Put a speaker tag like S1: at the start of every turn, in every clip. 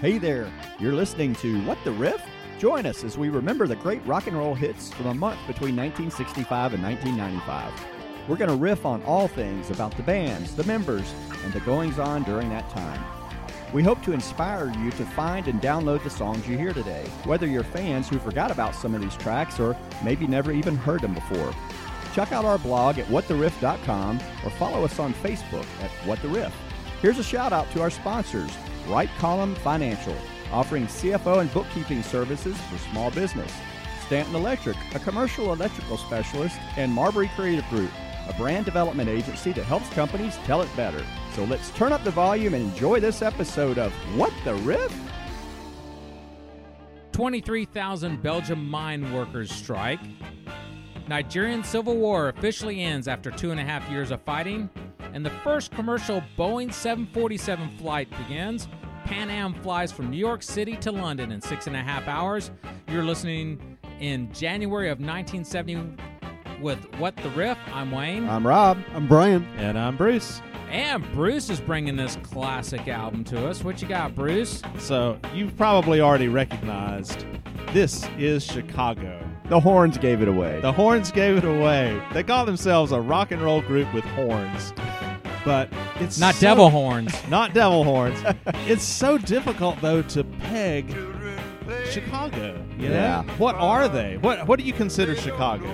S1: Hey there, you're listening to What the Riff? Join us as we remember the great rock and roll hits from a month between 1965 and 1995. We're going to riff on all things about the bands, the members, and the goings on during that time. We hope to inspire you to find and download the songs you hear today, whether you're fans who forgot about some of these tracks or maybe never even heard them before. Check out our blog at whattheriff.com or follow us on Facebook at What the Riff. Here's a shout out to our sponsors, Right Column Financial, offering CFO and bookkeeping services for small business, Stanton Electric, a commercial electrical specialist, and Marbury Creative Group, a brand development agency that helps companies tell it better. So let's turn up the volume and enjoy this episode of What the Riff?
S2: 23,000 Belgium mine workers strike. Nigerian civil war officially ends after two and a half years of fighting. And the first commercial Boeing 747 flight begins. Pan Am flies from New York City to London in six and a half hours. You're listening in January of 1970 with What the Riff. I'm Wayne.
S1: I'm Rob.
S3: I'm Brian.
S4: And I'm Bruce.
S2: And Bruce is bringing this classic album to us. What you got, Bruce?
S4: So you've probably already recognized this is Chicago.
S1: The horns gave it away.
S4: The horns gave it away. They call themselves a rock and roll group with horns. But it's
S2: Not
S4: so-
S2: devil horns.
S4: Not devil horns. it's so difficult though to peg Chicago. You know?
S1: Yeah.
S4: What are they? What what do you consider Chicago?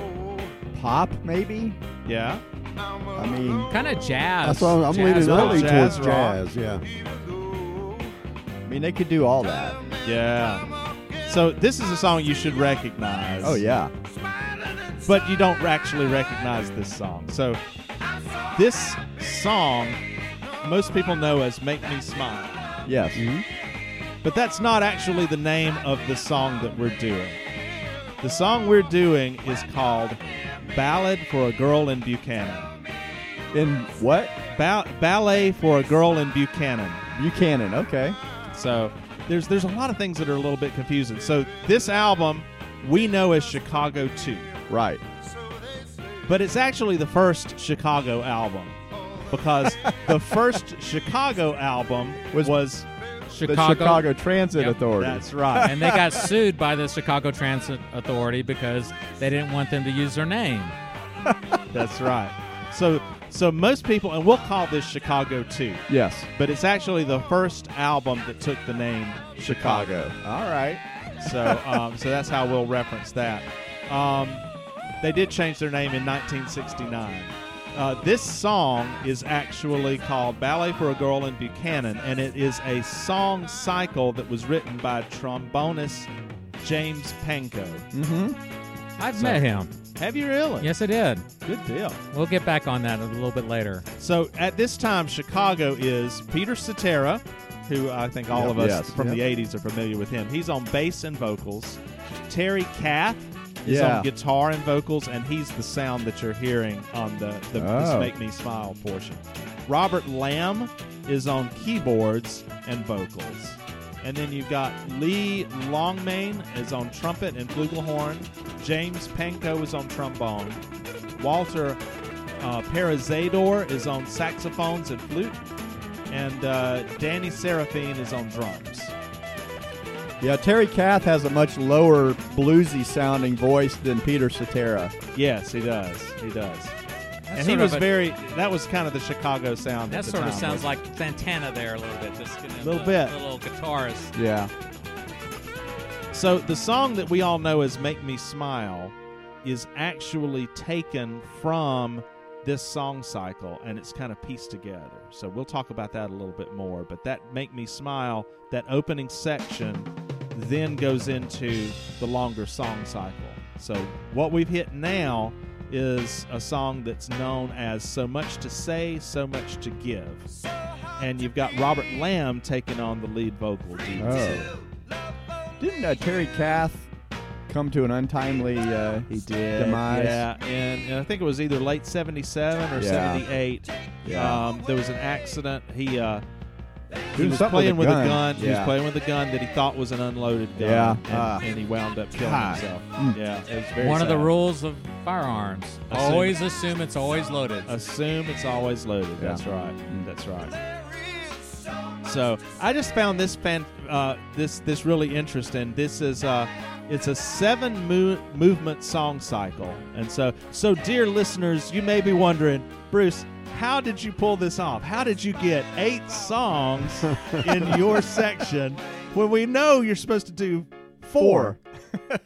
S1: Pop, maybe?
S4: Yeah.
S1: I mean,
S2: kind of jazz.
S3: That's why I'm
S2: jazz
S3: leaning
S2: rock.
S3: early
S4: Jazz
S3: towards
S4: rock.
S3: jazz. Yeah.
S1: I mean, they could do all that.
S4: Yeah. So this is a song you should recognize.
S1: Oh, yeah.
S4: but you don't actually recognize this song. So, this song most people know as Make Me Smile,
S1: Yes.
S3: Mm-hmm.
S4: but that's not actually the name of the song that we're doing. The song we're doing is called Ballad for a Girl in Buchanan.
S1: In what?
S4: Ba- ballet for a Girl in Buchanan.
S1: Buchanan, okay.
S4: So there's there's a lot of things that are a little bit confusing. So this album we know as Chicago 2.
S1: Right.
S4: But it's actually the first Chicago album because the first Chicago album
S1: Was-
S4: was,
S1: The Chicago Transit
S2: Yep.
S1: Authority.
S4: that's right.
S2: and they got sued by the Chicago Transit Authority because they didn't want them to use their name.
S4: that's right. So so most people and we'll call this Chicago 2,
S1: yes.
S4: but it's actually the first album that took the name Chicago.
S1: All right.
S4: So um, so that's how we'll reference that. Um, they did change their name in 1969. Uh, this song is actually called Ballet for a Girl in Buchanan, and it is a song cycle that was written by trombonist James Panko.
S1: Mm-hmm.
S2: I've
S4: So-
S2: met him.
S4: Have you really?
S2: Yes, I did.
S4: Good deal.
S2: We'll get back on that a little bit later.
S4: So at this time, Chicago is Peter Cetera, who I think all
S1: Yep,
S4: of us
S1: yes,
S4: from
S1: yep.
S4: the 80s are familiar with him. He's on bass and vocals. Terry Kath is
S1: Yeah.
S4: on guitar and vocals, and he's the sound that you're hearing on the, the this
S1: Oh.
S4: Make Me Smile portion. Robert Lamb is on keyboards and vocals. And then you've got Lee Longmain is on trumpet and flugelhorn. James Panko is on trombone. Walter uh, Parizador is on saxophones and flute, and uh, Danny Seraphine is on drums.
S1: Yeah, Terry Kath has a much lower bluesy sounding voice than Peter Cetera.
S4: Yes, he does. He does. and
S2: sort
S4: he
S2: of
S4: was
S2: a-
S4: very. That was kind of the Chicago sound.
S2: That
S4: at the
S2: sort of
S4: time,
S2: sounds
S4: wasn't
S2: like Santana there a little bit. Just getting a
S4: Little bit.
S2: little guitarist.
S1: Yeah.
S4: it? So the song that we all know as "Make Me Smile" is actually taken from this song cycle, and it's kind of pieced together. So we'll talk about that a little bit more. But that "Make Me Smile," that opening section, then goes into the longer song cycle. So what we've hit now is a song that's known as "So Much to Say, So Much to Give." and you've got Robert Lamb taking on the lead vocal. duties.
S1: Oh. Didn't uh, Terry Kath come to an untimely uh,
S4: He did.
S1: demise?
S4: Yeah, and, and I think it was either late 77 or
S1: Yeah.
S4: 78.
S1: Yeah.
S4: Um, there was an accident. He, uh,
S1: Doing
S4: he was
S1: something with
S4: playing
S1: a
S4: with a
S1: gun.
S4: gun. He was
S1: Yeah.
S4: playing with a gun that he thought was an unloaded gun.
S1: Yeah.
S4: And,
S1: Ah.
S4: and he wound up killing
S1: God.
S4: himself.
S1: Mm.
S4: Yeah. It was very
S2: One of the
S4: sad.
S2: rules of firearms:
S4: Assume-
S2: always assume it's always loaded.
S4: Assume it's always loaded.
S1: Yeah.
S4: That's right. That's right. So I just found this fan, uh, this this really interesting. This is uh, it's a seven mo- movement song cycle, and so so dear listeners, you may be wondering, Bruce, how did you pull this off? How did you get eight songs in your section when we know you're supposed to do four?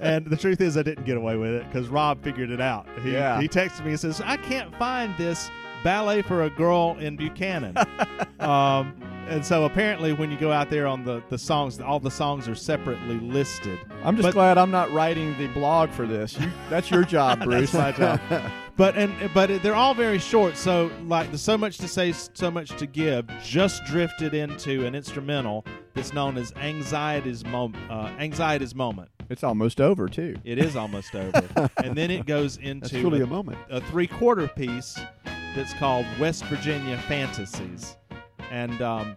S4: and the truth is, I didn't get away with it because Rob figured it out. He,
S1: Yeah.
S4: he texted me and says, I can't find this ballet for a girl in Buchanan. um, and so apparently, when you go out there on the, the songs, all the songs are separately listed.
S1: I'm just
S4: But-
S1: glad I'm not writing the blog for this. You, that's your job, Bruce.
S4: my job. But and but they're all very short. So like there's so much to say, so much to give. Just drifted into an instrumental that's known as anxiety's moment. Uh, anxiety's moment.
S1: it's almost over too.
S4: It is almost over, and then it goes into
S1: That's truly
S4: a,
S1: a moment.
S4: a three-quarter piece that's called West Virginia Fantasies, and um,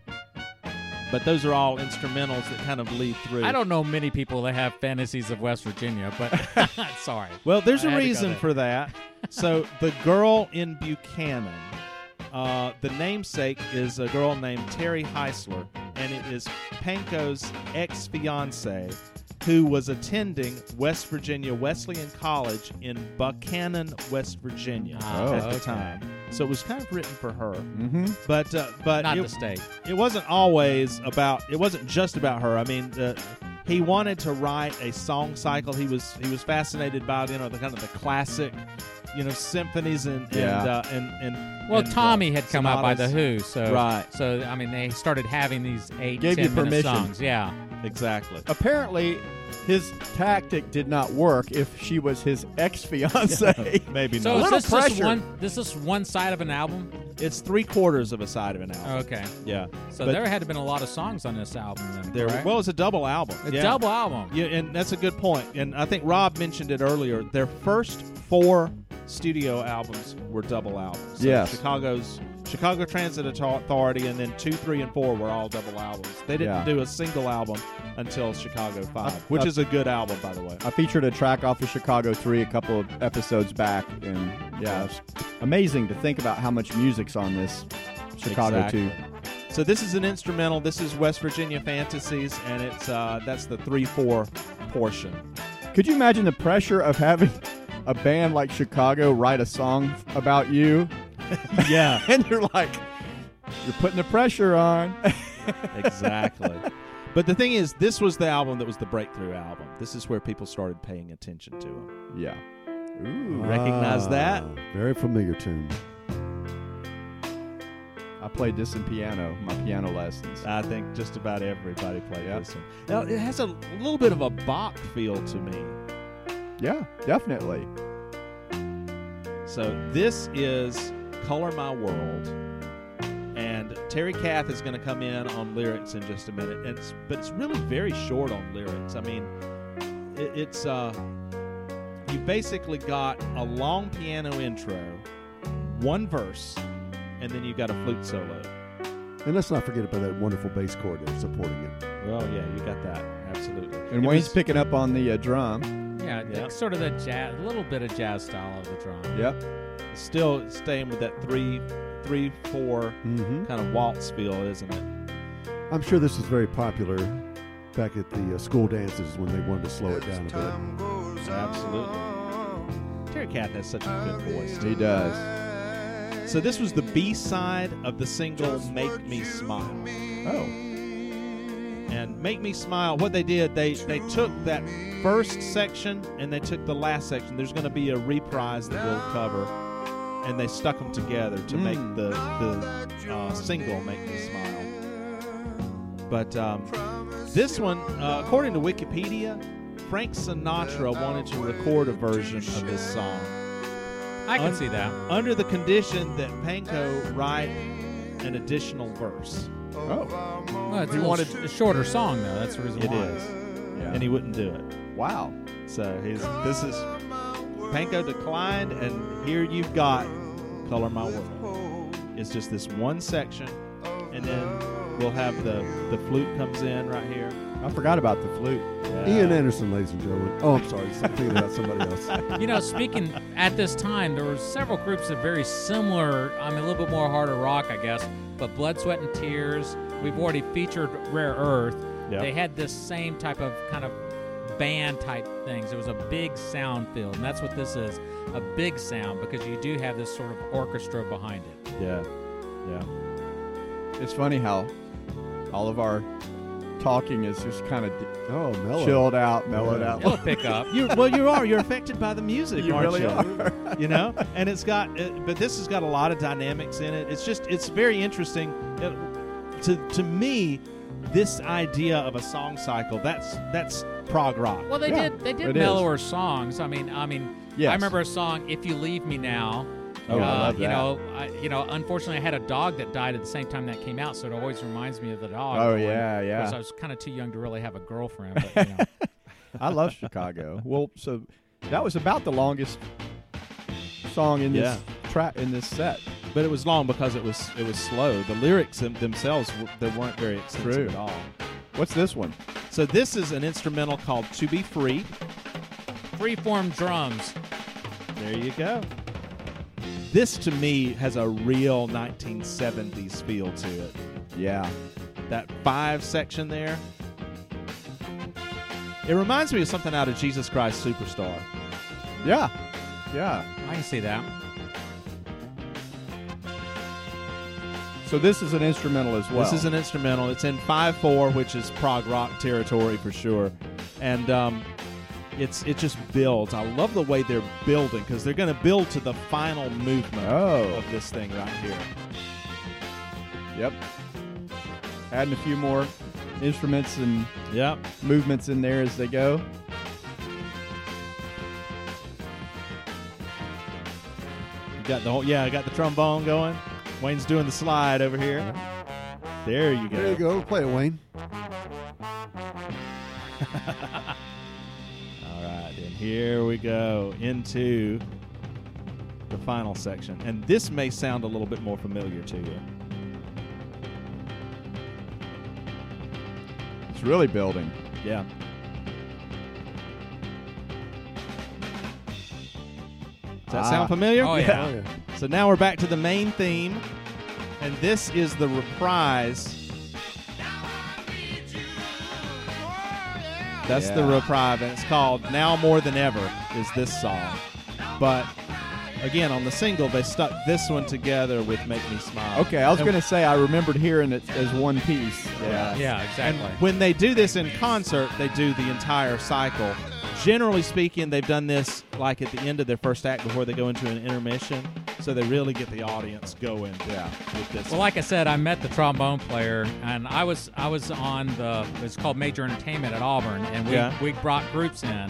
S4: but those are all instrumentals that kind of lead through.
S2: I don't know many people that have fantasies of West Virginia, but sorry.
S4: Well, there's
S2: I
S4: a
S2: had to go
S4: reason
S2: there.
S4: for that. so the girl in Buchanan, uh, the namesake is a girl named Terry Heisler, and it is Panko's ex-fiance who was attending West Virginia Wesleyan College in Buchanan, West Virginia
S2: Ah,
S4: at the
S2: okay.
S4: time. So it was kind of written for her,
S1: Mm-hmm.
S4: but uh, but
S2: Not
S4: it,
S2: the state.
S4: it wasn't always about it wasn't just about her i mean uh, he wanted to write a song cycle he was he was fascinated by you know the kind of the classic you know symphonies and and
S1: Yeah.
S4: uh, and, and
S2: Well,
S4: and, uh,
S2: Tommy had come out by the
S4: sonatas.
S2: Who, so
S4: Right.
S2: So I mean, they started having these eight,
S1: Gave you
S2: 10 minute
S1: permission.
S2: songs. Yeah.
S4: exactly
S1: Apparently, his tactic did not work if she was his ex fiance.
S4: maybe
S2: So
S1: A little
S2: is
S4: not
S2: this just
S1: pressure.
S2: one? This is one side of an album.
S4: it's three quarters of a side of an album
S2: Okay.
S4: yeah
S2: So
S4: But
S2: there had to been a lot of songs on this album. Then,
S4: there
S2: correct?
S4: well it's a double album
S2: a
S4: yeah.
S2: double album.
S4: yeah and that's a good point and i think rob mentioned it earlier their first four studio albums were double albums So
S1: Yes.
S4: chicago's chicago transit Auto- authority and then two three and four were all double albums they didn't
S1: Yeah.
S4: do a single album until chicago five
S1: Uh,
S4: which
S1: uh,
S4: is a good album by the way
S1: I featured a track off of Chicago 3 a couple of episodes back, and yeah, it's amazing to think about how much music's on this Chicago
S4: Exactly.
S1: 2.
S4: so this is an instrumental this is west virginia fantasies and it's uh that's the three four portion
S1: Could you imagine the pressure of having a band like Chicago write a song about you?
S4: yeah
S1: And you're like, you're putting the pressure on.
S4: exactly. But the thing is, this was the album that was the breakthrough album. This is where people started paying attention to him.
S1: yeah.
S4: Ooh, recognize that?
S3: Ah, Very familiar tune.
S1: I played this in piano, my piano lessons.
S4: I think just about everybody played
S1: Yep.
S4: this one. Now, it has a little bit of a Bach feel to me.
S1: Yeah, definitely.
S4: So this is Color My World. And Terry Kath is going to come in on lyrics in just a minute. It's, but it's really very short on lyrics. I mean, it, it's uh, you basically got a long piano intro, one verse, and then you got a flute solo.
S3: And let's not forget about that wonderful bass chord that's supporting it.
S4: Well, yeah, you got that absolutely.
S1: And
S4: It
S1: Wayne's
S4: was-
S1: picking up on the uh, drum.
S2: Yeah,
S4: Yeah.
S2: it's sort of the jazz, a little bit of jazz style of the drum.
S1: Yep.
S4: still staying with that three, three, four
S1: Mm-hmm.
S4: kind of waltz feel, isn't it?
S3: I'm sure this was very popular back at the uh, school dances when they wanted to slow it down a bit.
S4: Absolutely. Terry Kath has such a good voice.
S1: He does.
S4: So this was the B side of the single "Make Me Smile,"
S1: Oh,
S4: and "Make Me Smile." What they did, they they took that first section and they took the last section. There's going to be a reprise that we'll cover, and they stuck them together to make
S1: Mm.
S4: the the uh, single "Make Me Smile." But um, this one, uh, according to Wikipedia, Frank Sinatra wanted to record a version of this song
S2: I can
S4: Un-
S2: see that.
S4: under the condition that Panko write an additional verse,
S1: oh,
S2: Well, it's
S1: He
S2: a,
S1: wanted-
S2: wanted, sh- a shorter song though. That's the reason
S4: It
S2: why.
S4: is.
S1: yeah.
S4: and he wouldn't do it.
S1: wow.
S4: So he's this is Panko declined, and here you've got "Color My World." It's just this one section, and then we'll have the the flute comes in right here.
S1: I forgot about the flute.
S4: Yeah.
S3: Ian Anderson, ladies and gentlemen. Oh, I'm sorry. I'm thinking about somebody else.
S2: You know, speaking at this time, there were several groups of very similar. I mean, a little bit more harder rock, I guess. But Blood, Sweat, and Tears. We've already featured Rare Earth.
S4: Yep.
S2: They had this same type of kind of band type things. It was a big sound field, and that's what this is a big sound because you do have this sort of orchestra behind it.
S4: Yeah. Yeah.
S1: It's funny how all of our talking is just kind of
S3: Oh, mellow.
S1: chilled out, mellowed
S3: Yeah.
S1: out.
S2: It'll pick up.
S4: You well, you are. You're affected by the music,
S1: You
S4: aren't
S1: really
S4: you?
S1: are.
S4: You know, and it's got. It, but this has got a lot of dynamics in it. It's just. It's very interesting. It- to to me, this idea of a song cycle. That's that's prog rock.
S2: Well, they
S1: Yeah,
S2: did. They
S1: it
S2: did
S1: is.
S2: mellower songs. I mean, I mean,
S1: Yes.
S2: I remember a song "If You Leave Me Now."
S1: Oh,
S2: uh,
S1: I love
S2: you
S1: that.
S2: know, I, you know. Unfortunately, I had a dog that died at the same time that came out, so it always reminds me of the dog.
S1: Oh
S2: going.
S1: yeah,
S2: Of course,
S1: yeah.
S2: I was kind of too young to really have a girlfriend. But, you know.
S1: I love Chicago. Well, so that was about the longest song in this track in this set.
S4: But it was long because it was it was slow. The lyrics them- themselves w- they weren't very
S1: True.
S4: extensive at all.
S1: What's this one?
S4: So this is an instrumental called "To Be Free."
S2: Freeform drums.
S4: There you go. This to me has a real 1970s feel to it.
S1: Yeah.
S4: that five section there. It reminds me of something out of Jesus Christ Superstar.
S1: Yeah. Yeah.
S2: I can see that.
S1: So this is an instrumental as well.
S4: This is an instrumental. It's in five four, which is prog rock territory for sure, and um, it's it just builds. I love the way they're building because they're going to build to the final movement
S1: Oh.
S4: of this thing right here.
S1: Yep. Adding a few more instruments and
S4: Yep.
S1: movements in there as they go.
S4: You got the whole, yeah. I got the trombone going. Wayne's doing the slide over here. There you go.
S3: There you go. Play it, Wayne.
S4: All right, and here we go into the final section. And this may sound a little bit more familiar to you.
S1: It's really building.
S4: Yeah. Does that
S1: Ah.
S4: sound familiar?
S2: Oh, yeah.
S3: Oh, yeah.
S4: So now we're back to the main theme, and this is the reprise. That's the
S1: Yeah.
S4: reprise, and it's called Now More Than Ever, is this song. But again, on the single, they stuck this one together with Make Me Smile.
S1: Okay, I was
S4: And-
S1: going to say I remembered hearing it as one piece. Yeah.
S2: Yeah, exactly.
S4: When they do this in concert, they do the entire cycle. Generally speaking, they've done this like at the end of their first act before they go into an intermission, so they really get the audience going.
S1: Yeah.
S4: with this.
S2: Well, like I said, I met the trombone player, and I was I was on the it's called Major Entertainment at Auburn, and we
S4: Yeah.
S2: we brought groups in,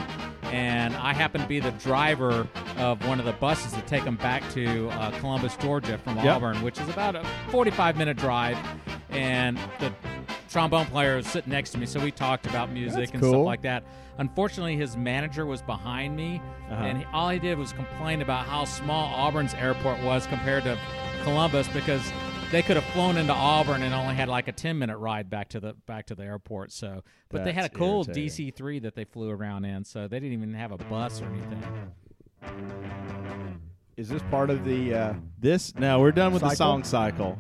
S2: and I happened to be the driver of one of the buses to take them back to uh, Columbus, Georgia, from
S4: Yep.
S2: Auburn, which is about a 45 minute drive, and the trombone player was sitting next to me, so we talked about music
S1: That's
S2: and
S1: cool.
S2: stuff like that. Unfortunately, his manager was behind me,
S4: Uh-huh.
S2: and he, all he did was complain about how small Auburn's airport was compared to Columbus because they could have flown into Auburn and only had like a 10 minute ride back to the back to the airport. So, but they had a
S4: That's
S2: cool
S4: irritating.
S2: DC3 that they flew around in, so they didn't even have a bus or anything.
S1: Is this part of the? uh,
S4: this now we're done with the
S1: Cycle?
S4: song cycle.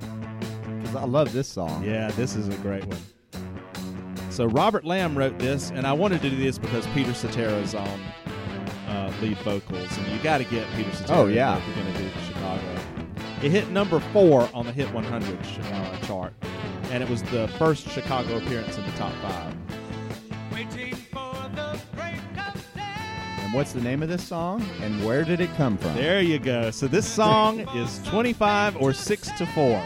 S1: Because I love this song.
S4: Yeah, this is a great one. So Robert Lamb wrote this, and I wanted to do this because Peter Cetera's on uh, lead vocals, and you got to get Peter Cetera.
S1: Oh,
S4: in
S1: yeah.
S4: there if you're going to do Chicago. It hit number four on the Hit 100 ch- uh, chart, and it was the first Chicago appearance in the top five.
S1: And what's the name of this song? And where did it come from?
S4: There you go. So this song is 25 or 6 to 4.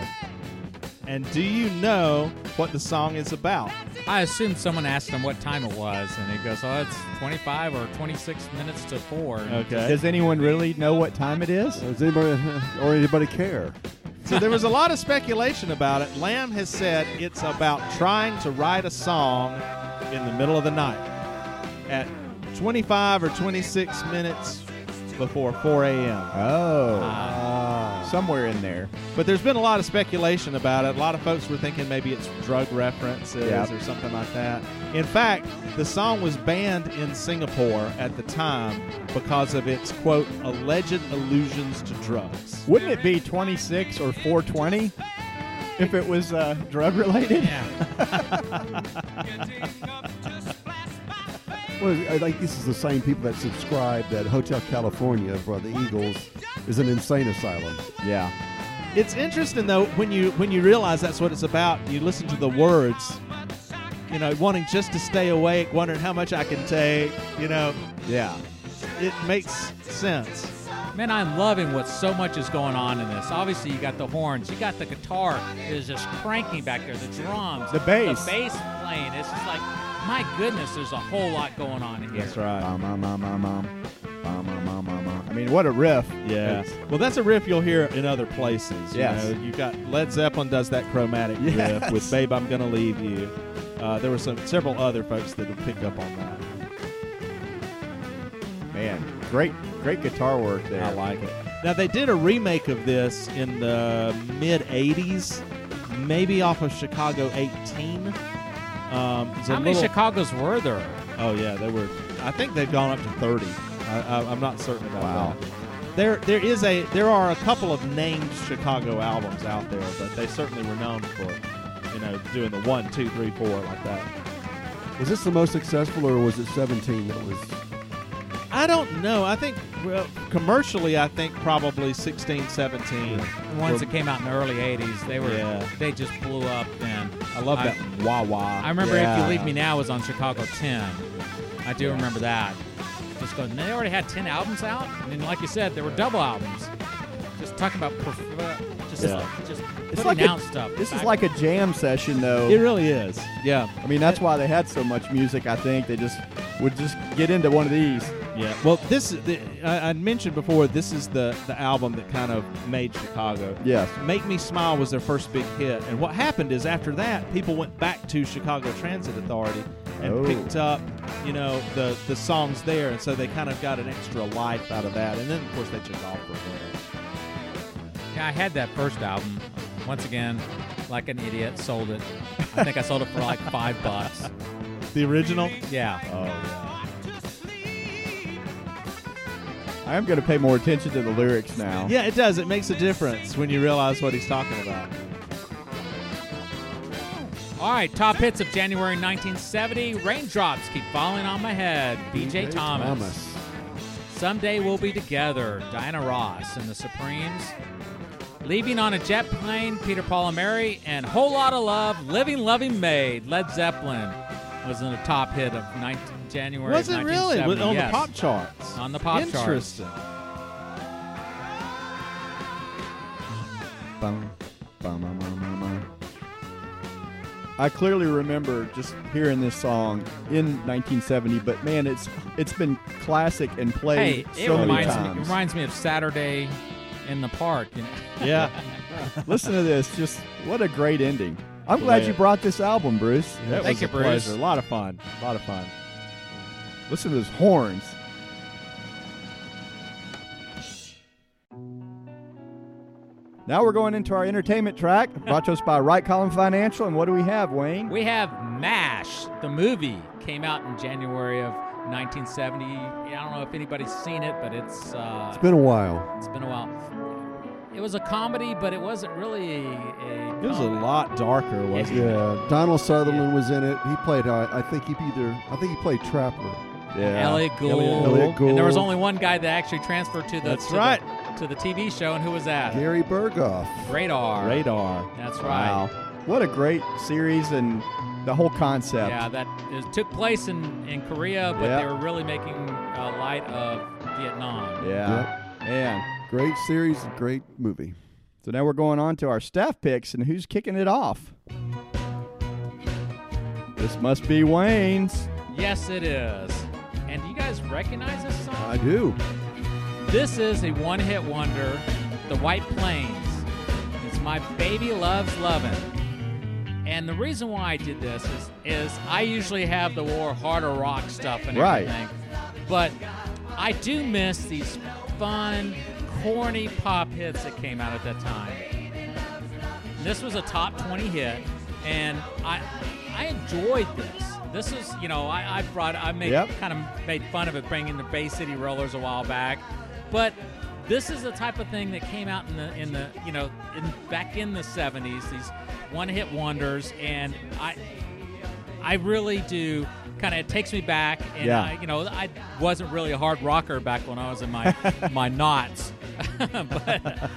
S4: And do you know what the song is about?
S2: I assume someone asked him what time it was, and he goes, "Oh, it's 25 or 26 minutes to four.
S4: Okay.
S1: Does anyone really know what time it is?
S3: Does anybody or anybody care?
S4: So there was a lot of speculation about it. Lamb has said it's about trying to write a song in the middle of the night at 25 or 26 minutes before 4 a.m.
S1: Oh.
S2: Ah.
S1: Somewhere in there.
S4: But there's been a lot of speculation about it. A lot of folks were thinking maybe it's drug references
S1: Yep.
S4: or something like that. In fact, the song was banned in Singapore at the time because of its quote alleged allusions to drugs.
S1: Wouldn't it be 26 or 420? if it was uh, drug related.
S2: Yeah.
S3: Well, I think this is the same people that subscribe that Hotel California for the Eagles is an insane asylum.
S1: Yeah.
S4: It's interesting though when you when you realize that's what it's about. You listen to the words, you know, wanting just to stay awake, wondering how much I can take. You know,
S1: Yeah.
S4: it makes sense.
S2: Man, I'm loving what so much is going on in this. Obviously, you got the horns, you got the guitar that is just cranking back there, the drums,
S1: The bass.
S2: the bass playing. It's just like, my goodness, there's a whole lot going on in here.
S1: That's right. Bum, bum, bum, bum, bum. Bum, bum, bum, bum, bum. I mean, what a riff.
S4: Yeah.
S1: It's-
S4: Well, that's a riff you'll hear in other places.
S1: Yes.
S4: You know, you've got Led Zeppelin does that chromatic riff with
S1: Yes.
S4: "Babe, I'm Gonna Leave You." Uh, there were some several other folks that would pick up on that.
S1: Man, great, great guitar work there.
S4: it. Now they did a remake of this in the mid '80s, maybe off of Chicago 18. Um, it's a
S2: How many
S4: little-
S2: Chicago's were there?
S4: Oh yeah, they were. I think they've gone up to 30. I, I, I'm not certain about
S1: Wow.
S4: that. There, there is a there are a couple of named Chicago albums out there, but they certainly were known for, you know, doing the one, two, three, four like that.
S3: Was this the most successful, or was it 17 that was?
S4: I don't know. I think well, commercially, I think probably 16, 17.
S2: The ones that came out in the early 80s, they were,
S4: Yeah.
S2: they just blew up then.
S4: I love
S2: I-
S4: that wah wah.
S2: I remember If
S1: Yeah.
S2: You Leave Me Now was on Chicago 10. I do remember that. Just going, they already had 10 albums out. And then, like you said, there were double albums. Just talking about perf- uh, just,
S4: Yeah.
S2: just
S1: It's
S2: putting
S1: like a-
S2: out stuff.
S1: This is
S2: I-
S1: like a jam session, though.
S4: It really is. Yeah,
S1: I mean, that's why they had so much music. I think they just would just get into one of these.
S4: yeah. Well, this the, I, I mentioned before. This is the the album that kind of made Chicago.
S1: Yes.
S4: Make Me Smile was their first big hit. And what happened is after that, people went back to Chicago Transit Authority and
S1: Oh.
S4: picked up, you know, the, the songs there. And so they kind of got an extra life out of that. And then, of course, they took off from there.
S2: Yeah, I had that first album. Once again, like an idiot, sold it. I think I sold it for like five bucks.
S4: The original?
S2: Yeah.
S1: Oh. I am going to pay more attention to the lyrics now.
S4: Yeah, it does. It makes a difference when you realize what he's talking about.
S2: All right, top hits of January 1970. Raindrops keep falling on my head. BJ Thomas. Someday we'll be together. Diana Ross and the Supremes. Leaving on a jet plane. Peter Paul and Mary. And Whole Lot of Love. Living Loving Made. Led Zeppelin was in a top hit of 19, January.
S4: Was it really? Was-
S2: 1970.
S4: On
S2: Yes.
S4: the pop charts.
S2: On the pop charts.
S4: Interesting.
S1: Bum, bum, bum, bum, bum, bum. I clearly remember just hearing this song in 1970, but man, it's it's been classic and
S2: Hey,
S1: played
S2: it
S1: so many
S2: reminds
S1: times.
S2: me reminds me of Saturday in the park. You know?
S4: Yeah.
S1: Listen to this, just what a great ending. I'm glad
S4: Yeah.
S1: you brought this album, Bruce.
S4: That
S2: Thank
S4: was
S2: you,
S4: a
S2: Bruce.
S4: pleasure. A lot of fun. A lot of fun.
S1: Listen to those horns. Now we're going into our entertainment track, brought to us by Right Column Financial. And what do we have, Wayne?
S2: We have MASH, the movie, came out in January of 1970. I don't know if anybody's seen it, but it's uh,
S3: It's been a while.
S2: it's been a while. It was a comedy, but it wasn't really a.
S4: It was a
S2: comedy.
S4: lot darker, wasn't it?
S3: Yeah, Donald Sutherland was in it. He played. uh, I think he either. I think he played Trapper.
S4: Uh-huh.
S1: yeah.
S2: Elliot Gould.
S3: Elliot
S2: And there was
S3: Gould.
S2: only one guy that actually transferred to the
S4: That's
S2: to
S4: right.
S2: the, to the TV show, and who was that?
S3: Gary Berghoff.
S2: Radar.
S4: Radar.
S2: That's right.
S1: Wow. What a great series and the whole concept.
S2: Yeah, that is, took place in, in Korea, but
S1: Yeah.
S2: they were really making uh, light of Vietnam.
S1: Yeah. Man.
S3: Great series, great movie.
S1: So now we're going on to our staff picks and who's kicking it off? This must be Wayne's.
S2: Yes, it is. And do you guys recognize this song?
S3: I do.
S2: This is a one hit wonder, The White Plains. It's My Baby Loves Lovin'. And the reason why I did this is, is I usually have the war harder rock stuff and
S1: Right.
S2: everything. But I do miss these fun, corny pop hits that came out at that time. This was a top 20 hit, and I I enjoyed this. This is, you know, I, I brought, I made
S1: Yep.
S2: kind of made fun of it bringing the Bay City Rollers a while back, but This is the type of thing that came out in the in the you know in, back in the '70s. These one-hit wonders, and I I really do kind of it takes me back. And
S1: Yeah.
S2: I, you know, I wasn't really a hard rocker back when I was in my my knots, but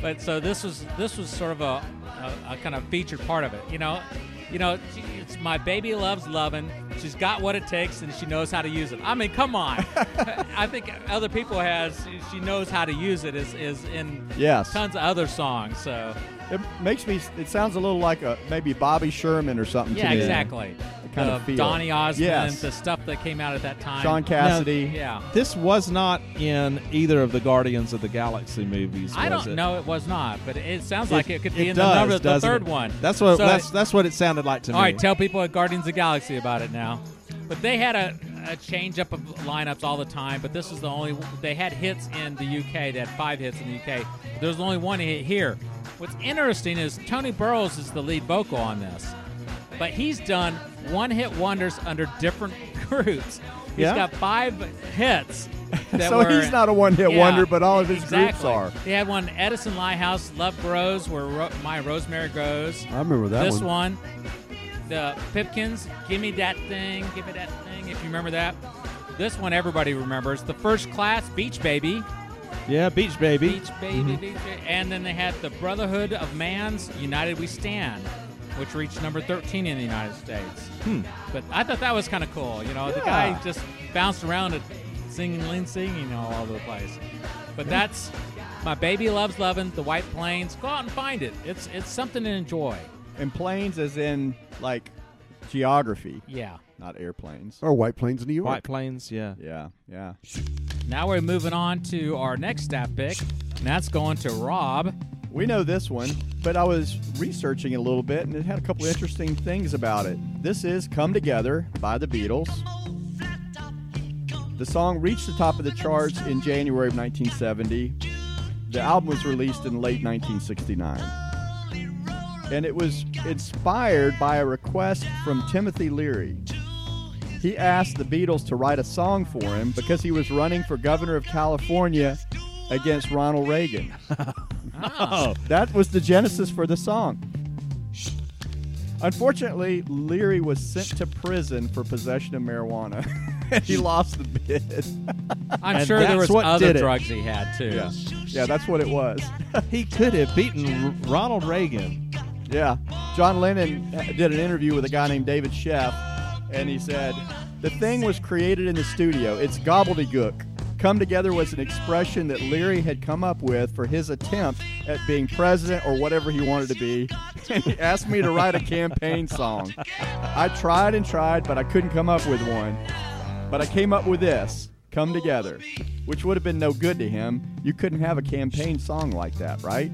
S2: but so this was this was sort of a, a, a kind of featured part of it. You know, you know, she- it's my baby loves loving. She's got what it takes, and she knows how to use it. I mean, come on. I think other people has she knows how to use it is is in
S1: Yes.
S2: tons of other songs. So
S1: It makes me. It sounds a little like a maybe Bobby Sherman or something.
S2: yeah,
S1: to me.
S2: exactly.
S1: kind of
S2: The
S1: feel.
S2: Donny Osmond,
S1: Yes.
S2: the stuff that came out at that time.
S1: Sean Cassidy.
S2: Yeah.
S4: This was not in either of the Guardians of the Galaxy movies.
S2: I
S4: was
S2: don't
S4: it?
S2: know. It was not, but it sounds like it could be in
S4: does,
S2: the number the
S4: doesn't
S2: third
S4: it?
S2: one.
S4: That's what
S2: So
S4: that's, that's what it sounded like to
S2: All
S4: me.
S2: right, tell people at Guardians of the Galaxy about it now. But they had a, a change up of lineups all the time, but this was the only they had hits in the UK. They had five hits in the UK. There was only one hit here. What's interesting is Tony Burrows is the lead vocal on this. But he's done one hit wonders under different groups. He's
S1: Yeah.
S2: got five hits. That
S1: So
S2: were-
S1: he's not a one-hit
S2: Yeah,
S1: wonder, but all of his groups
S2: exactly.
S1: are.
S2: They had one Edison Lighthouse, Love Grows, Where Ro- My Rosemary Goes
S3: I remember that
S2: this one. the Pipkins, give me that thing, give me that thing. If you remember that, this one everybody remembers. The first class, Beach Baby,
S4: yeah, Beach Baby.
S2: Beach Baby,
S4: Mm-hmm.
S2: Beach Baby, and then they had the Brotherhood of Man's United We Stand, which reached number 13 in the United States.
S4: Hmm.
S2: But I thought that was kind of cool. You know, the
S1: Yeah.
S2: guy just bounced around and singing, lean singing all over the place. But that's my baby loves loving the White Plains. Go out and find it. It's it's something to enjoy.
S1: And planes, as in like geography,
S2: Yeah.
S1: not airplanes.
S3: or White Plains, New York.
S4: White Plains. Yeah.
S1: Yeah, yeah.
S2: Now we're moving on to our next staff pick, and that's going to Rob.
S1: We know this one, but I was researching it a little bit and it had a couple interesting things about it. This is Come Together by the Beatles. The song reached the top of the charts in January of 1970. The album was released in late 1969. And it was inspired by a request from Timothy Leary. He asked the Beatles to write a song for him because he was running for governor of California against Ronald Reagan.
S2: Ah,
S1: That was the genesis for the song. Unfortunately, Leary was sent to prison for possession of marijuana. he lost the bid.
S2: I'm
S4: And
S2: sure there
S4: that's
S2: was
S4: what
S2: other
S4: did it.
S2: drugs he had too.
S1: Yeah. Yeah, that's what it was.
S4: He could have beaten R- Ronald Reagan.
S1: yeah. John Lennon uh, did an interview with a guy named David Sheff, and he said, The thing was created in the studio. It's gobbledygook. Come together was an expression that Leary had come up with for his attempt at being president or whatever he wanted to be. And he asked me to write a campaign song. I tried and tried, but I couldn't come up with one. But I came up with this Come Together, which would have been no good to him. You couldn't have a campaign song like that, right?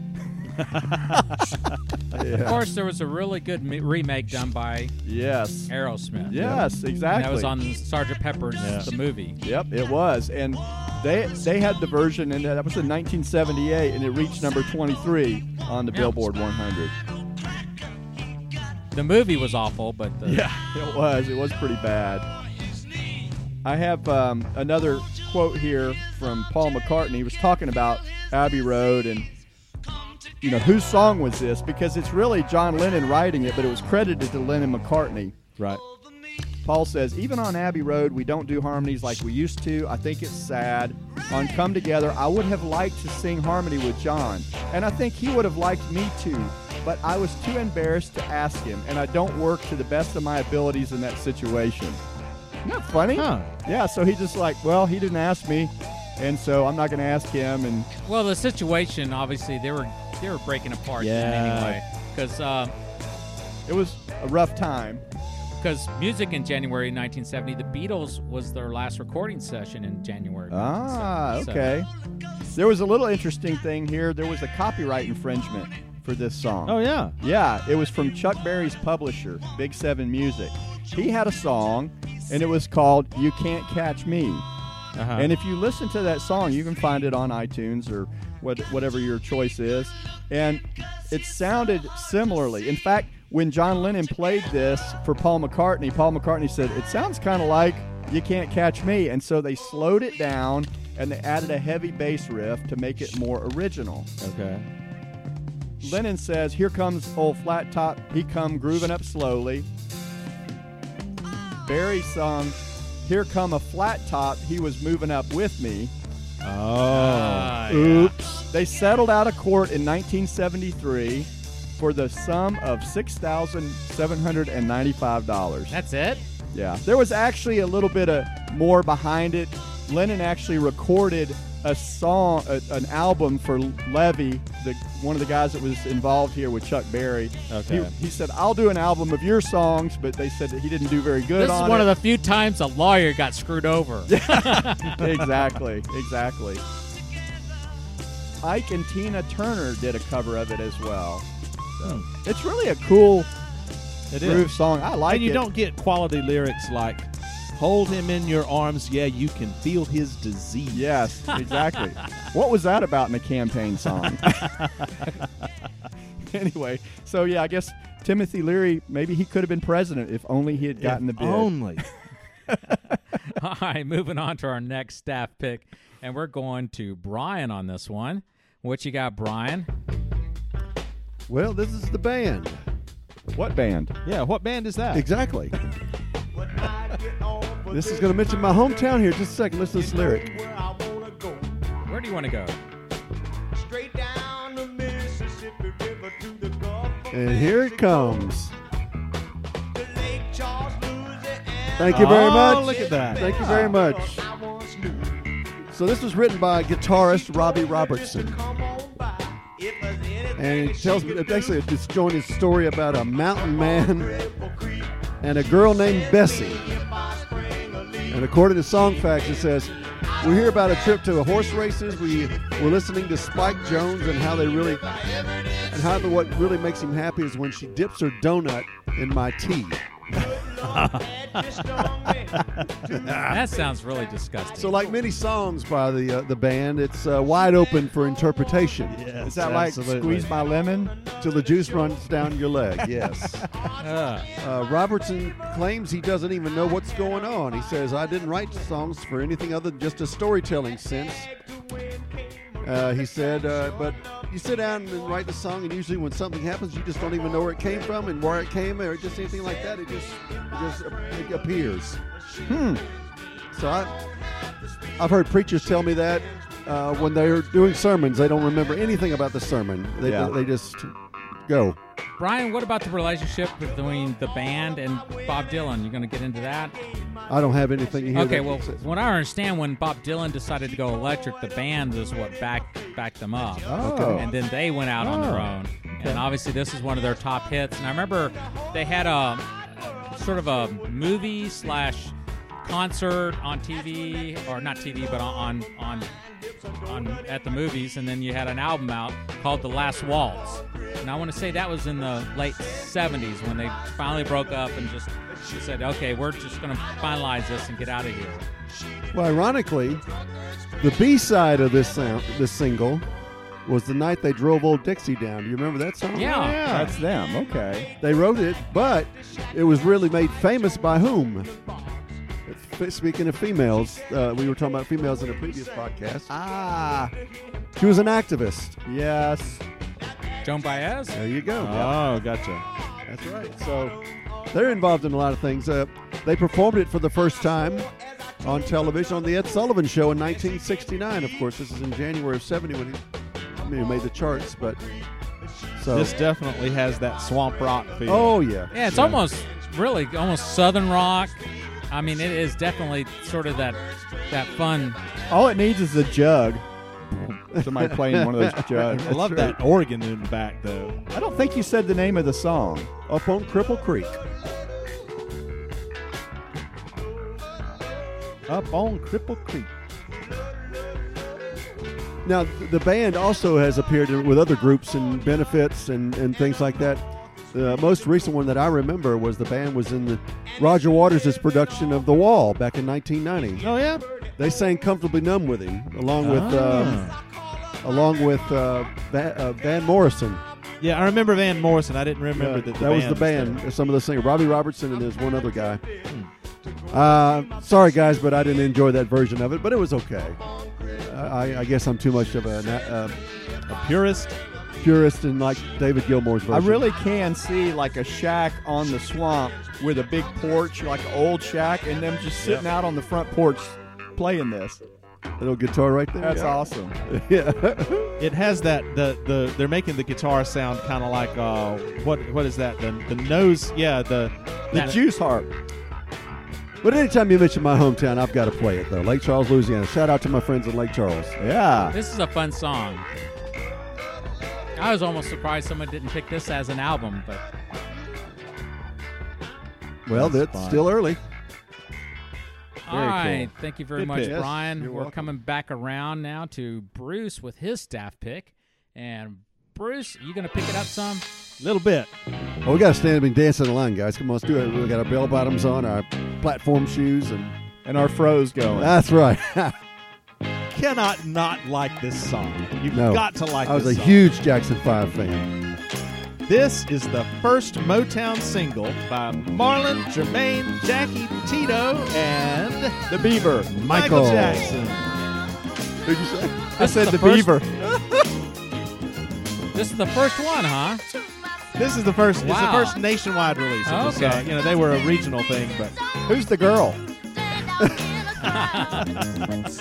S2: Of course, there was a really good me- remake done by
S1: Yes.
S2: Aerosmith.
S1: Yes,
S2: And
S1: exactly.
S2: that was on Sergeant Pepper's
S4: Yeah.
S2: the movie.
S1: Yep, it was, and they they had the version, and that was in 1978, and it reached number 23 on the
S2: Yeah.
S1: Billboard 100.
S2: The movie was awful, but the,
S1: it was. It was pretty bad. I have um, another quote here from Paul McCartney. He was talking about Abbey Road and you know whose song was this because it's really John Lennon writing it, but it was credited to Lennon McCartney.
S4: Right.
S1: Paul says, even on Abbey Road, we don't do harmonies like we used to. I think it's sad. On Come Together, I would have liked to sing harmony with John, and I think he would have liked me too, but I was too embarrassed to ask him, and I don't work to the best of my abilities in that situation. Isn't that funny?
S4: Huh.
S1: Yeah, so he just like, well, he didn't ask me, and so I'm not going to ask him, and
S2: well, the situation obviously they were they were breaking apart then
S4: Yeah.
S2: anyway because.
S1: it was a rough time.
S2: because music in January 1970, the Beatles was their last recording session in January.
S1: Ah,
S2: 1970. So-
S1: okay. There was a little interesting thing here. There was a copyright infringement for this song.
S4: Oh yeah.
S1: Yeah, it was from Chuck Berry's publisher, Big Seven Music. He had a song, and it was called You Can't Catch Me.
S4: Uh-huh.
S1: And if you listen to that song, you can find it on iTunes or what, whatever your choice is. And it sounded similarly. In fact, when John Lennon played this for Paul McCartney, Paul McCartney said, It sounds kind of like You Can't Catch Me. And so they slowed it down and they added a heavy bass riff to make it more original.
S4: Okay.
S1: Lennon says, Here comes old flat top, he come grooving up slowly. Barry sung, Here come a flat top, he was moving up with me.
S4: Oh.
S2: Ah,
S1: Oops. They settled out of court in 1973 for the sum of $6,795.
S2: yeah. That's it?
S1: Yeah. There was actually a little bit of more behind it. Lennon actually recorded a song, a, an album for Levy, the one of the guys that was involved here with Chuck Berry.
S4: Okay.
S1: He, he said, "I'll do an album of your songs," but they said that he didn't do very good
S2: This
S1: on
S2: is one
S1: it.
S2: of the few times a lawyer got screwed over.
S1: exactly, exactly. Ike and Tina Turner did a cover of it as well. So it's really a cool
S4: Hmm. It is.
S1: groove song. I like
S4: and you
S1: it.
S4: don't get quality lyrics like "Hold him in your arms, yeah, you can feel his disease."
S1: Yes, exactly. what was that about in a campaign song? anyway, so yeah, I guess Timothy Leary, maybe he could have been president if only he had
S4: If
S1: gotten the bid.
S4: Only.
S2: All right, moving on to our next staff pick, and we're going to Brian on this one. What you got, Brian?
S3: Well, this is the band.
S1: What band?
S4: yeah. What band is that?
S3: Exactly. This is going to mention my hometown here. Just a second. Listen to this lyric.
S2: Where do you want to go?
S5: Straight down the Mississippi River to the Gulf of
S3: And here it
S5: Mexico,
S3: comes.
S5: to Lake Charles, Louisiana.
S3: Thank you very
S4: Oh,
S3: much.
S4: look at that.
S3: Thank you very much.
S5: I once knew.
S3: So this was written by guitarist Robbie
S5: Just
S3: Robertson.
S5: come on by. If there's anything
S3: And it
S5: she
S3: tells me,
S5: could
S3: it
S5: do,
S3: actually, it's joined his story about a mountain
S5: come on
S3: man
S5: Cripple Creek,
S3: and a girl named
S5: and
S3: Bessie.
S5: me if I spring a leak.
S3: And according to Song Facts, it says, we hear about a trip to horse races. We we're listening to Spike Jones and how they really and how the, what really makes him happy is when she dips her donut in my tea.
S2: That sounds really disgusting.
S3: Ah. So, like many songs by the uh, the band, it's uh, wide open for interpretation.
S1: Is that like Squeeze My Lemon?
S3: Till the juice runs down your leg. Yes.
S2: Ugh.
S3: Uh, Robertson claims he doesn't even know what's going on. He says, I didn't write the songs for anything other than just a storytelling sense. Uh, he said, uh, but you sit down and write the song, and usually when something happens, you just don't even know where it came from and where it came, or just anything like that. It just it just it appears. So I, I've heard preachers tell me that uh, when they're doing sermons, they don't remember anything about the sermon. They
S1: Yeah.
S3: they just go.
S2: Brian, what about the relationship between the band and Bob Dylan? You're going to get into that?
S3: I don't have anything here.
S2: Okay,
S3: that-
S2: well, when I understand when Bob Dylan decided to go electric, the band is what backed backed them up.
S1: Oh.
S2: And then they went out on
S3: Oh.
S2: their own. And obviously, this is one of their top hits. And I remember they had a sort of a movie slash concert on TV, or not TV, but on on on at the movies. And then you had an album out called The Last Waltz. And I want to say that was in the late '70s when they finally broke up and just said, "Okay, we're just going to finalize this and get out of here."
S3: Well, ironically, the B side of this sound, this single was the night they drove old Dixie down. Do you remember that song?
S2: Yeah.
S1: That's them. Okay.
S3: They wrote it, but it was really made famous by whom? F- Speaking of females, uh, we were talking about females in a previous podcast.
S1: Ah,
S3: She was an activist.
S1: yes.
S2: Joan Baez?
S3: There you go.
S4: Oh, gotcha.
S3: That's right. So they're involved in a lot of things. Uh, they performed it for the first time on television on the Ed Sullivan Show in 1969. Of course, this is in January of '70 when he, I mean, he made the charts. But so,
S4: This definitely has that swamp rock feel.
S3: oh yeah,
S2: Yeah, it's almost really almost southern rock. I mean, it is definitely sort of that that fun.
S1: All it needs is a jug. Somebody playing one of those jugs.
S4: I love that organ in the back though.
S1: I don't think you said the name of the song.
S3: up on Cripple Creek.
S4: Up on Cripple Creek.
S3: Now th- the band also has appeared in- with other groups and benefits and, and things like that. The most recent one that I remember was the band was in the Roger Waters' production of The Wall back in 1990.
S4: Oh yeah.
S3: They sang "Comfortably Numb" with him, along with
S4: Ah.
S3: um, along with uh, Va- uh, Van Morrison.
S4: Yeah, I remember Van Morrison. I didn't remember
S3: Uh,
S4: that. The
S3: that was the
S4: band
S3: band. Some of the singers, Robbie Robertson, and there's one other guy. Uh, sorry guys, but I didn't enjoy that version of it, but it was okay. I, I guess I'm too much of a, na-
S4: A purist.
S3: a purist in like David Gilmour's
S1: I
S3: version.
S1: really can see like a shack on the swamp with a big porch, like an old shack, and them just sitting out on the front porch playing this.
S3: little guitar right there.
S1: That's
S3: yeah.
S1: awesome.
S3: Yeah.
S4: It has that the the they're making the guitar sound kind of like uh what what is that the the nose yeah the
S1: The
S4: that-
S1: juice harp.
S3: but anytime you mention my hometown, I've got to play it though. Lake Charles, Louisiana. Shout out to my friends in Lake Charles.
S1: Yeah.
S2: This is a fun song. I was almost surprised someone didn't pick this as an album, but
S3: Well,
S4: That's
S3: that's
S4: fine.
S3: still early.
S2: all right. Thank you very
S1: Good
S2: much,
S1: pick. Yes,
S2: Brian.
S1: you're
S2: We're
S1: welcome.
S2: coming back around now to Bruce with his staff pick, and Bruce, you gonna pick it up some?
S4: little bit
S3: Well, we got to stand up and dance in the line, guys. Come on, let's do it. We got our bell bottoms on, our platform shoes, and
S1: And our fro's going.
S3: that's right.
S4: cannot not like this song. You've
S3: No.
S4: got to like.
S3: I was
S4: this
S3: a
S4: song.
S3: huge Jackson Five fan.
S4: This is the first Motown single by Marlon, Jermaine, Jackie, Tito, and
S1: The beaver.
S4: Michael,
S3: Michael.
S4: Jackson.
S3: Who'd you say?
S1: I said the,
S2: the first-
S1: beaver.
S2: This is the first one, huh?
S4: This is the first. It's the
S2: Wow.
S4: first nationwide release. Of the
S2: Okay.
S4: song. you know they were a regional thing, but
S1: Who's the girl?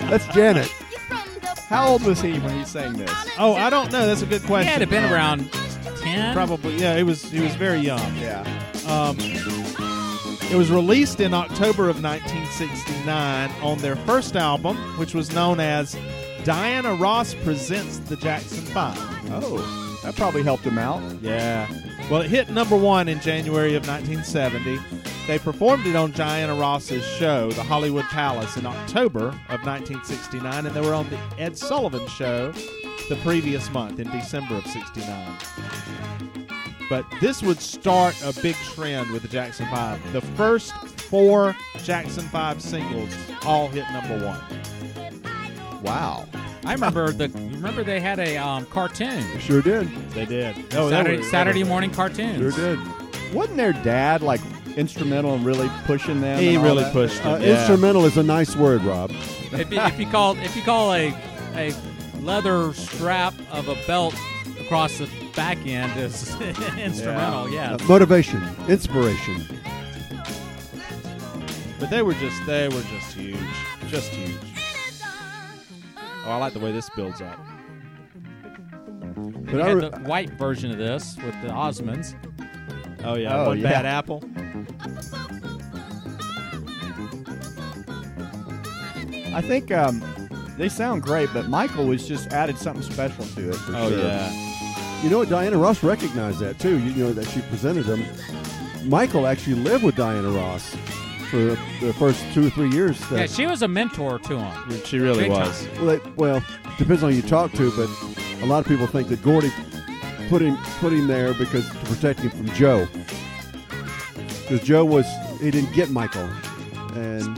S3: That's Janet.
S1: How old was he when he sang this?
S4: oh, I don't know. That's a good
S2: He
S4: question.
S2: had to been around ten.
S4: Probably, yeah. He was he was very young.
S1: Yeah.
S4: Um, it was released in October of 1969 on their first album, which was known as Diana Ross Presents the Jackson Five.
S1: Oh, that probably helped him out.
S4: Yeah. Well, it hit number one in January of 1970. They performed it on Diana Ross's show, The Hollywood Palace, in October of 1969, and they were on the Ed Sullivan show the previous month in December of 69. But this would start a big trend with the Jackson 5. The first four Jackson 5 singles all hit number one.
S1: Wow.
S2: I remember the. Remember they had a um, cartoon.
S3: Sure did.
S4: They did. Oh,
S1: Oh,
S2: Saturday, Saturday morning cartoons.
S3: Sure did.
S1: Wasn't their dad like instrumental in really pushing them?
S4: He
S1: and all
S4: really
S1: that?
S4: pushed it.
S3: Uh,
S4: yeah.
S3: Instrumental is a nice word, Rob.
S2: if, you, if you call if you call a a leather strap of a belt across the back end is instrumental. Yeah.
S3: Uh, Motivation, inspiration.
S4: But they were just they were just huge. Just huge. Oh, I like the way this builds up.
S3: But
S2: We
S3: I,
S2: had
S3: re-
S2: the white version of this with the Osmonds.
S4: Oh yeah,
S1: Oh,
S4: one
S1: yeah.
S4: bad apple.
S1: I think um, they sound great, but Michael was just added something special to it. For
S4: Oh
S1: sure.
S4: yeah.
S3: you know what? Diana Ross recognized that too. You know that she presented them. Michael actually lived with Diana Ross for the first two or three years.
S2: Yeah,
S3: That,
S2: she was a mentor to him.
S4: She really
S2: Big
S4: was.
S3: well, they- well, depends on who you talk to, but a lot of people think that Gordy put him put him there because to protect him from Joe. Because Joe was he didn't get Michael, and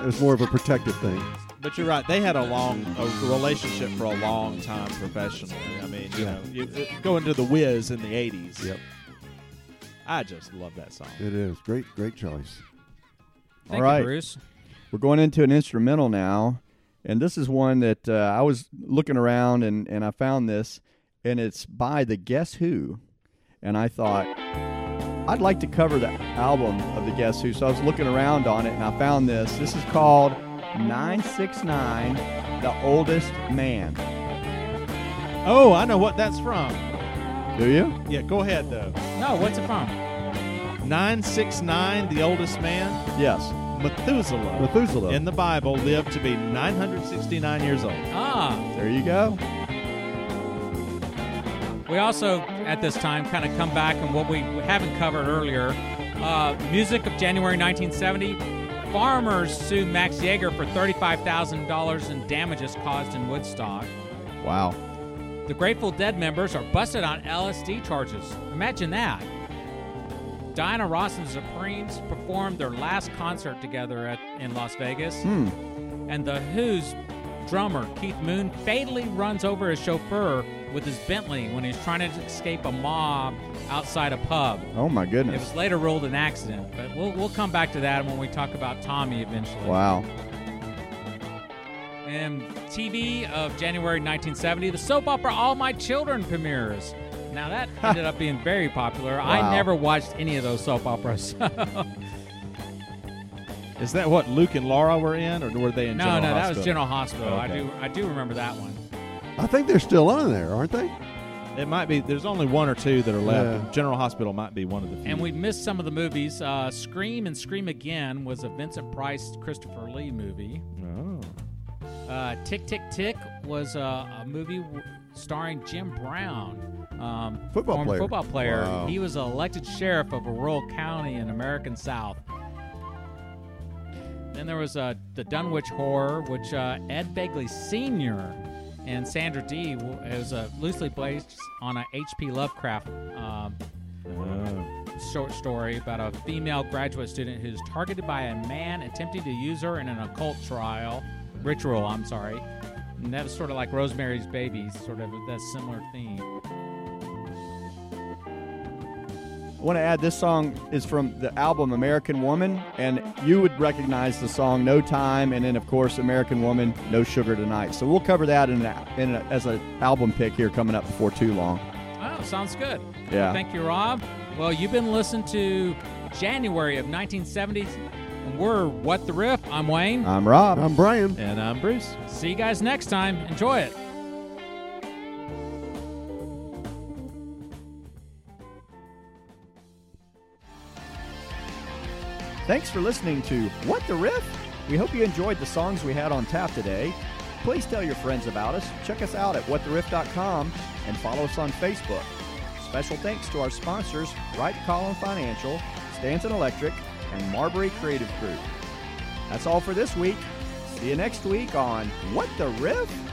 S3: it was more of a protective thing.
S4: But you're right. They had a long a relationship for a long time professionally. I mean, you
S3: Yeah.
S4: know, you, it- going to the Whiz in the '80s.
S3: Yep.
S4: I just love that song.
S3: It is great, great choice.
S2: Thank
S1: right.
S2: you, Bruce.
S1: We're going into an instrumental now, and this is one that uh, I was looking around and, and I found this, and it's by the Guess Who, and I thought I'd like to cover the album of the Guess Who, so I was looking around on it and I found this. This is called 969, The Oldest Man.
S4: Oh, I know what that's from.
S1: Do you?
S4: Yeah, go ahead though.
S2: No, what's it from?
S4: Nine six nine, the oldest man,
S1: Yes.
S4: Methuselah,
S3: Methuselah.
S4: in the Bible lived to be 969 years old.
S2: Ah,
S1: There you go.
S2: we also at this time kind of come back and what we haven't covered earlier, uh, music of January 1970. Farmers sued Max Yeager for thirty-five thousand dollars in damages caused in Woodstock.
S1: Wow.
S2: The Grateful Dead members are busted on LSD charges. Imagine that. Diana Ross and the Supremes performed their last concert together at, in Las Vegas. And The Who's drummer, Keith Moon, fatally runs over his chauffeur with his Bentley when he's trying to escape a mob outside a pub.
S1: Oh my
S2: It
S1: goodness.
S2: was later ruled an accident, but we'll, we'll come back to that when we talk about Tommy eventually.
S1: Wow.
S2: and TV of January 1970, the soap opera All My Children premieres. Now that ended up being very popular. I
S3: Wow.
S2: never watched any of those soap operas.
S4: Is that what Luke and Laura were in, or were they in
S2: no,
S4: General
S2: no, that
S4: Hospital?
S2: was General Hospital. I
S4: Okay.
S2: do, I do remember that one.
S3: I think they're still on there, aren't they?
S4: It might be. There's only one or two that are left.
S3: Yeah.
S4: General Hospital might be one of the few.
S2: And we missed some of the movies. Uh, Scream and Scream Again was a Vincent Price, Christopher Lee movie.
S4: Oh.
S2: Uh, Tick Tick Tick was uh, a movie w- starring Jim Brown, um,
S3: Football
S2: former
S3: player.
S2: Football player.
S3: Wow.
S2: He was elected sheriff of a rural county in American South. Then there was uh, the Dunwich Horror, which uh, Ed Begley Sr. and Sandra Dee w- is uh, loosely based on a H.P. Lovecraft um,
S4: Oh.
S2: short story about a female graduate student who's targeted by a man attempting to use her in an occult trial ritual. I'm sorry, and that was sort of like Rosemary's Baby, sort of that similar theme.
S1: I want to add this song is from the album American Woman, and you would recognize the song No Time, and then of course American Woman, No Sugar Tonight. So we'll cover that in, a, in a, as an album pick here coming up before too long.
S2: Oh, sounds good.
S1: Yeah.
S2: Thank you, Rob. Well, you've been listening to January of 1970s, and we're What the Riff. I'm Wayne.
S1: I'm Rob.
S3: I'm Um, Brian.
S4: And I'm Bruce.
S2: See you guys next time. Enjoy it.
S1: Thanks for listening to What the Riff. We hope you enjoyed the songs we had on tap today. Please tell your friends about us. Check us out at whattheriff.com and follow us on Facebook. Special thanks to our sponsors, Wright Collin Financial, Stanton Electric, and Marbury Creative Group. That's all for this week. See you next week on What the Riff?